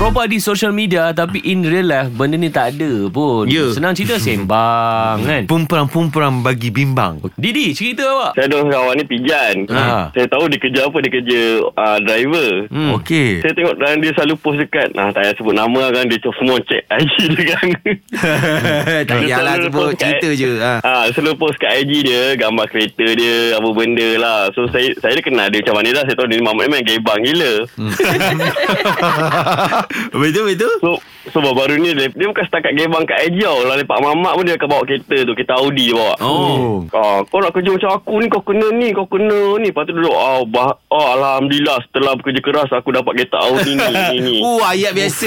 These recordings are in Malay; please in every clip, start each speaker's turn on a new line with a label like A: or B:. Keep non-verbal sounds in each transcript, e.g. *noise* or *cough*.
A: Rompak di social media Tapi in real life Benda ni tak ada pun
B: Ya.
A: Senang cerita sembang kan
B: Pumperam-pumperam bagi bimbang
A: Didi cerita awak
C: Saya ada kawan ni pijan.
B: Ha.
C: Ha. Saya tahu dia kerja apa, dia kerja uh, driver.
A: Hmm.
B: Okey
C: Saya tengok dan dia selalu post dekat nah, Tak payah sebut nama lah kan Dia cuma semua *laughs* cek IG dia kan
B: *laughs* Tak
C: Dia
B: payahlah
C: selalu
B: sebut
C: post kat-
B: cerita je ha.
C: ha, Selalu post kat IG dia Gambar kereta dia Apa benda lah So saya saya dia kenal dia macam mana dah Saya tahu dia mamat memang gebang gila
B: Hmm. Betul-betul
C: So so baru-baru ni dia, dia bukan setakat gebang kat IG tau Lah lepak mamak pun dia akan bawa kereta tu Kereta Audi dia bawa
B: Oh
C: Ah, kau nak kerja macam aku ni Kau kena ni Kau kena ni Lepas tu duduk oh, bah- oh, Alhamdulillah Setelah bekerja keras Aku dapat kereta Audi ni ni, ni.
B: *laughs* Oh ayat biasa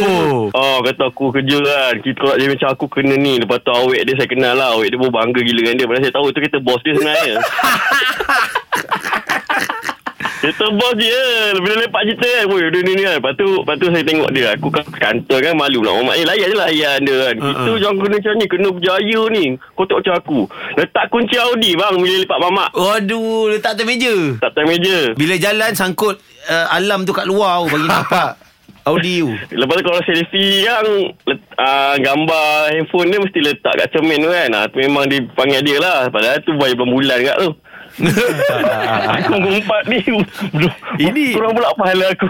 C: Oh kata aku kerja kan Kita kalau dia macam aku kena ni Lepas tu awet dia saya kenal lah Awet dia pun bangga gila dengan dia Padahal saya tahu tu kita bos dia sebenarnya Kita bos dia Bila lepak cerita kan Woi dia ni ni kan Lepas tu, lepas tu saya tengok dia Aku kat kantor kan malu nak Mamat Eh layan je lah layan dia kan Kita uh-uh. jangan kena macam ni Kena berjaya ni Kau tak macam aku Letak kunci Audi bang Bila lepak mamak
B: Aduh Letak atas meja
C: Tak time meja
B: Bila jalan sangkut uh, Alam tu kat luar oh, Bagi nampak Oh, Audi *laughs* you
C: Lepas tu kalau selfie yang let, uh, gambar handphone dia mesti letak kat cermin tu kan. Ah, tu memang dipanggil dia lah. Padahal tu bayi bulan-bulan kat tu.
B: ya.
C: *laughs* aku mengumpat ni
A: Ini-
C: Ini Kurang pula pahala aku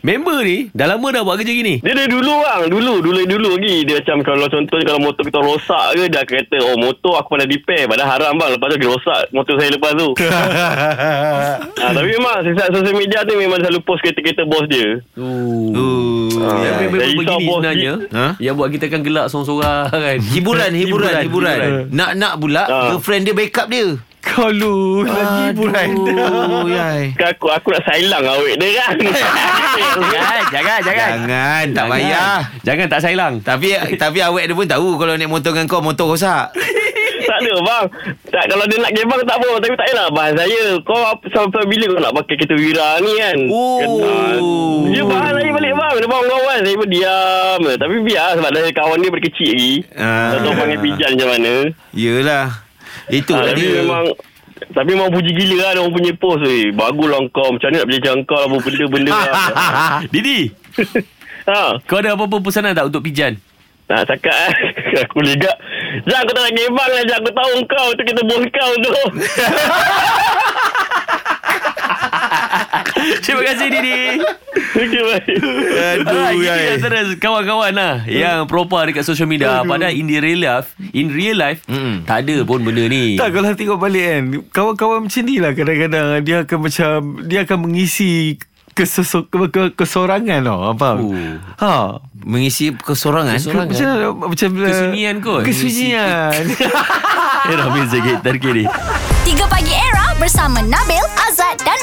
A: Member ni Dah lama dah buat kerja gini
C: Dia dari dulu bang Dulu Dulu dulu lagi Dia macam kalau contohnya Kalau motor kita rosak ke Dia akan kata Oh motor aku pandai repair Padahal haram bang Lepas tu dia rosak Motor saya lepas tu ha, Tapi memang sesat Sosial media tu memang selalu post kereta-kereta bos dia
B: Oh,
C: Ah.
B: ya.
A: Member member
C: Saya risau
A: begini
C: bos
A: sebenarnya
B: Ha?
A: Yang buat kita kan gelak seorang-seorang *laughs* kan
B: Hiburan Hiburan Hiburan, Nak-nak pula
C: Ah.
B: Girlfriend dia backup dia
A: Kalau lagi
B: *laughs*
A: hiburan
B: Oh yai
C: Kan aku aku nak sailang awet dia kan. *laughs*
A: Jangan Jangan Ah, Jangan
B: Jangan Tak
A: Jangan.
B: payah
A: Jangan tak sailang
B: Tapi tapi awet dia pun tahu Kalau naik motor dengan kau Motor rosak
C: tak ada bang. Tak kalau dia nak gebang tak apa tapi tak payahlah bahan saya. Kau apa- sampai bila kau nak pakai kereta wira ni kan?
B: Oh.
C: Kata- Dia bahan saya balik bang. Dia bawa kawan saya pun diam. je. Tapi biar sebab dah kawan dia dari kecil lagi.
B: Ah.
C: Tak tahu panggil pijan macam mana.
B: Yelah Itu
C: Ah,
B: lah
C: tapi
B: dia
C: memang tapi memang puji gila lah dia orang punya post eh. Bagus lah kau. Macam mana nak beli jangkau lah apa benda-benda
B: *laughs*
C: lah.
B: Ah.
A: Didi
C: ha.
A: Kau ada apa-apa pesanan tak untuk pijan?
C: Nak cakap eh. *laughs* Aku legak. Jang aku tak nak gebang lah. Jang aku tahu kau. Itu kita bos kau
B: *laughs*
C: tu.
A: Terima kasih Didi
C: Okey baik.
A: Ah,
B: Aduh
A: ini
B: yai
A: antara kawan-kawan lah Yang propa dekat social media Padahal in the real life In real life
B: Mm-mm.
A: Tak ada pun benda ni
D: Tak kalau tengok balik kan Kawan-kawan macam ni lah Kadang-kadang Dia akan macam Dia akan mengisi keseso, ke, ke, Kesorangan tau Faham
A: Oh.
D: Ha
B: Mengisi kesorangan
D: ke, macam, macam uh,
A: Kesunyian kot.
D: Kesunyian
A: Era muzik gitar kiri
E: 3 Pagi Era bersama Nabil, Azad dan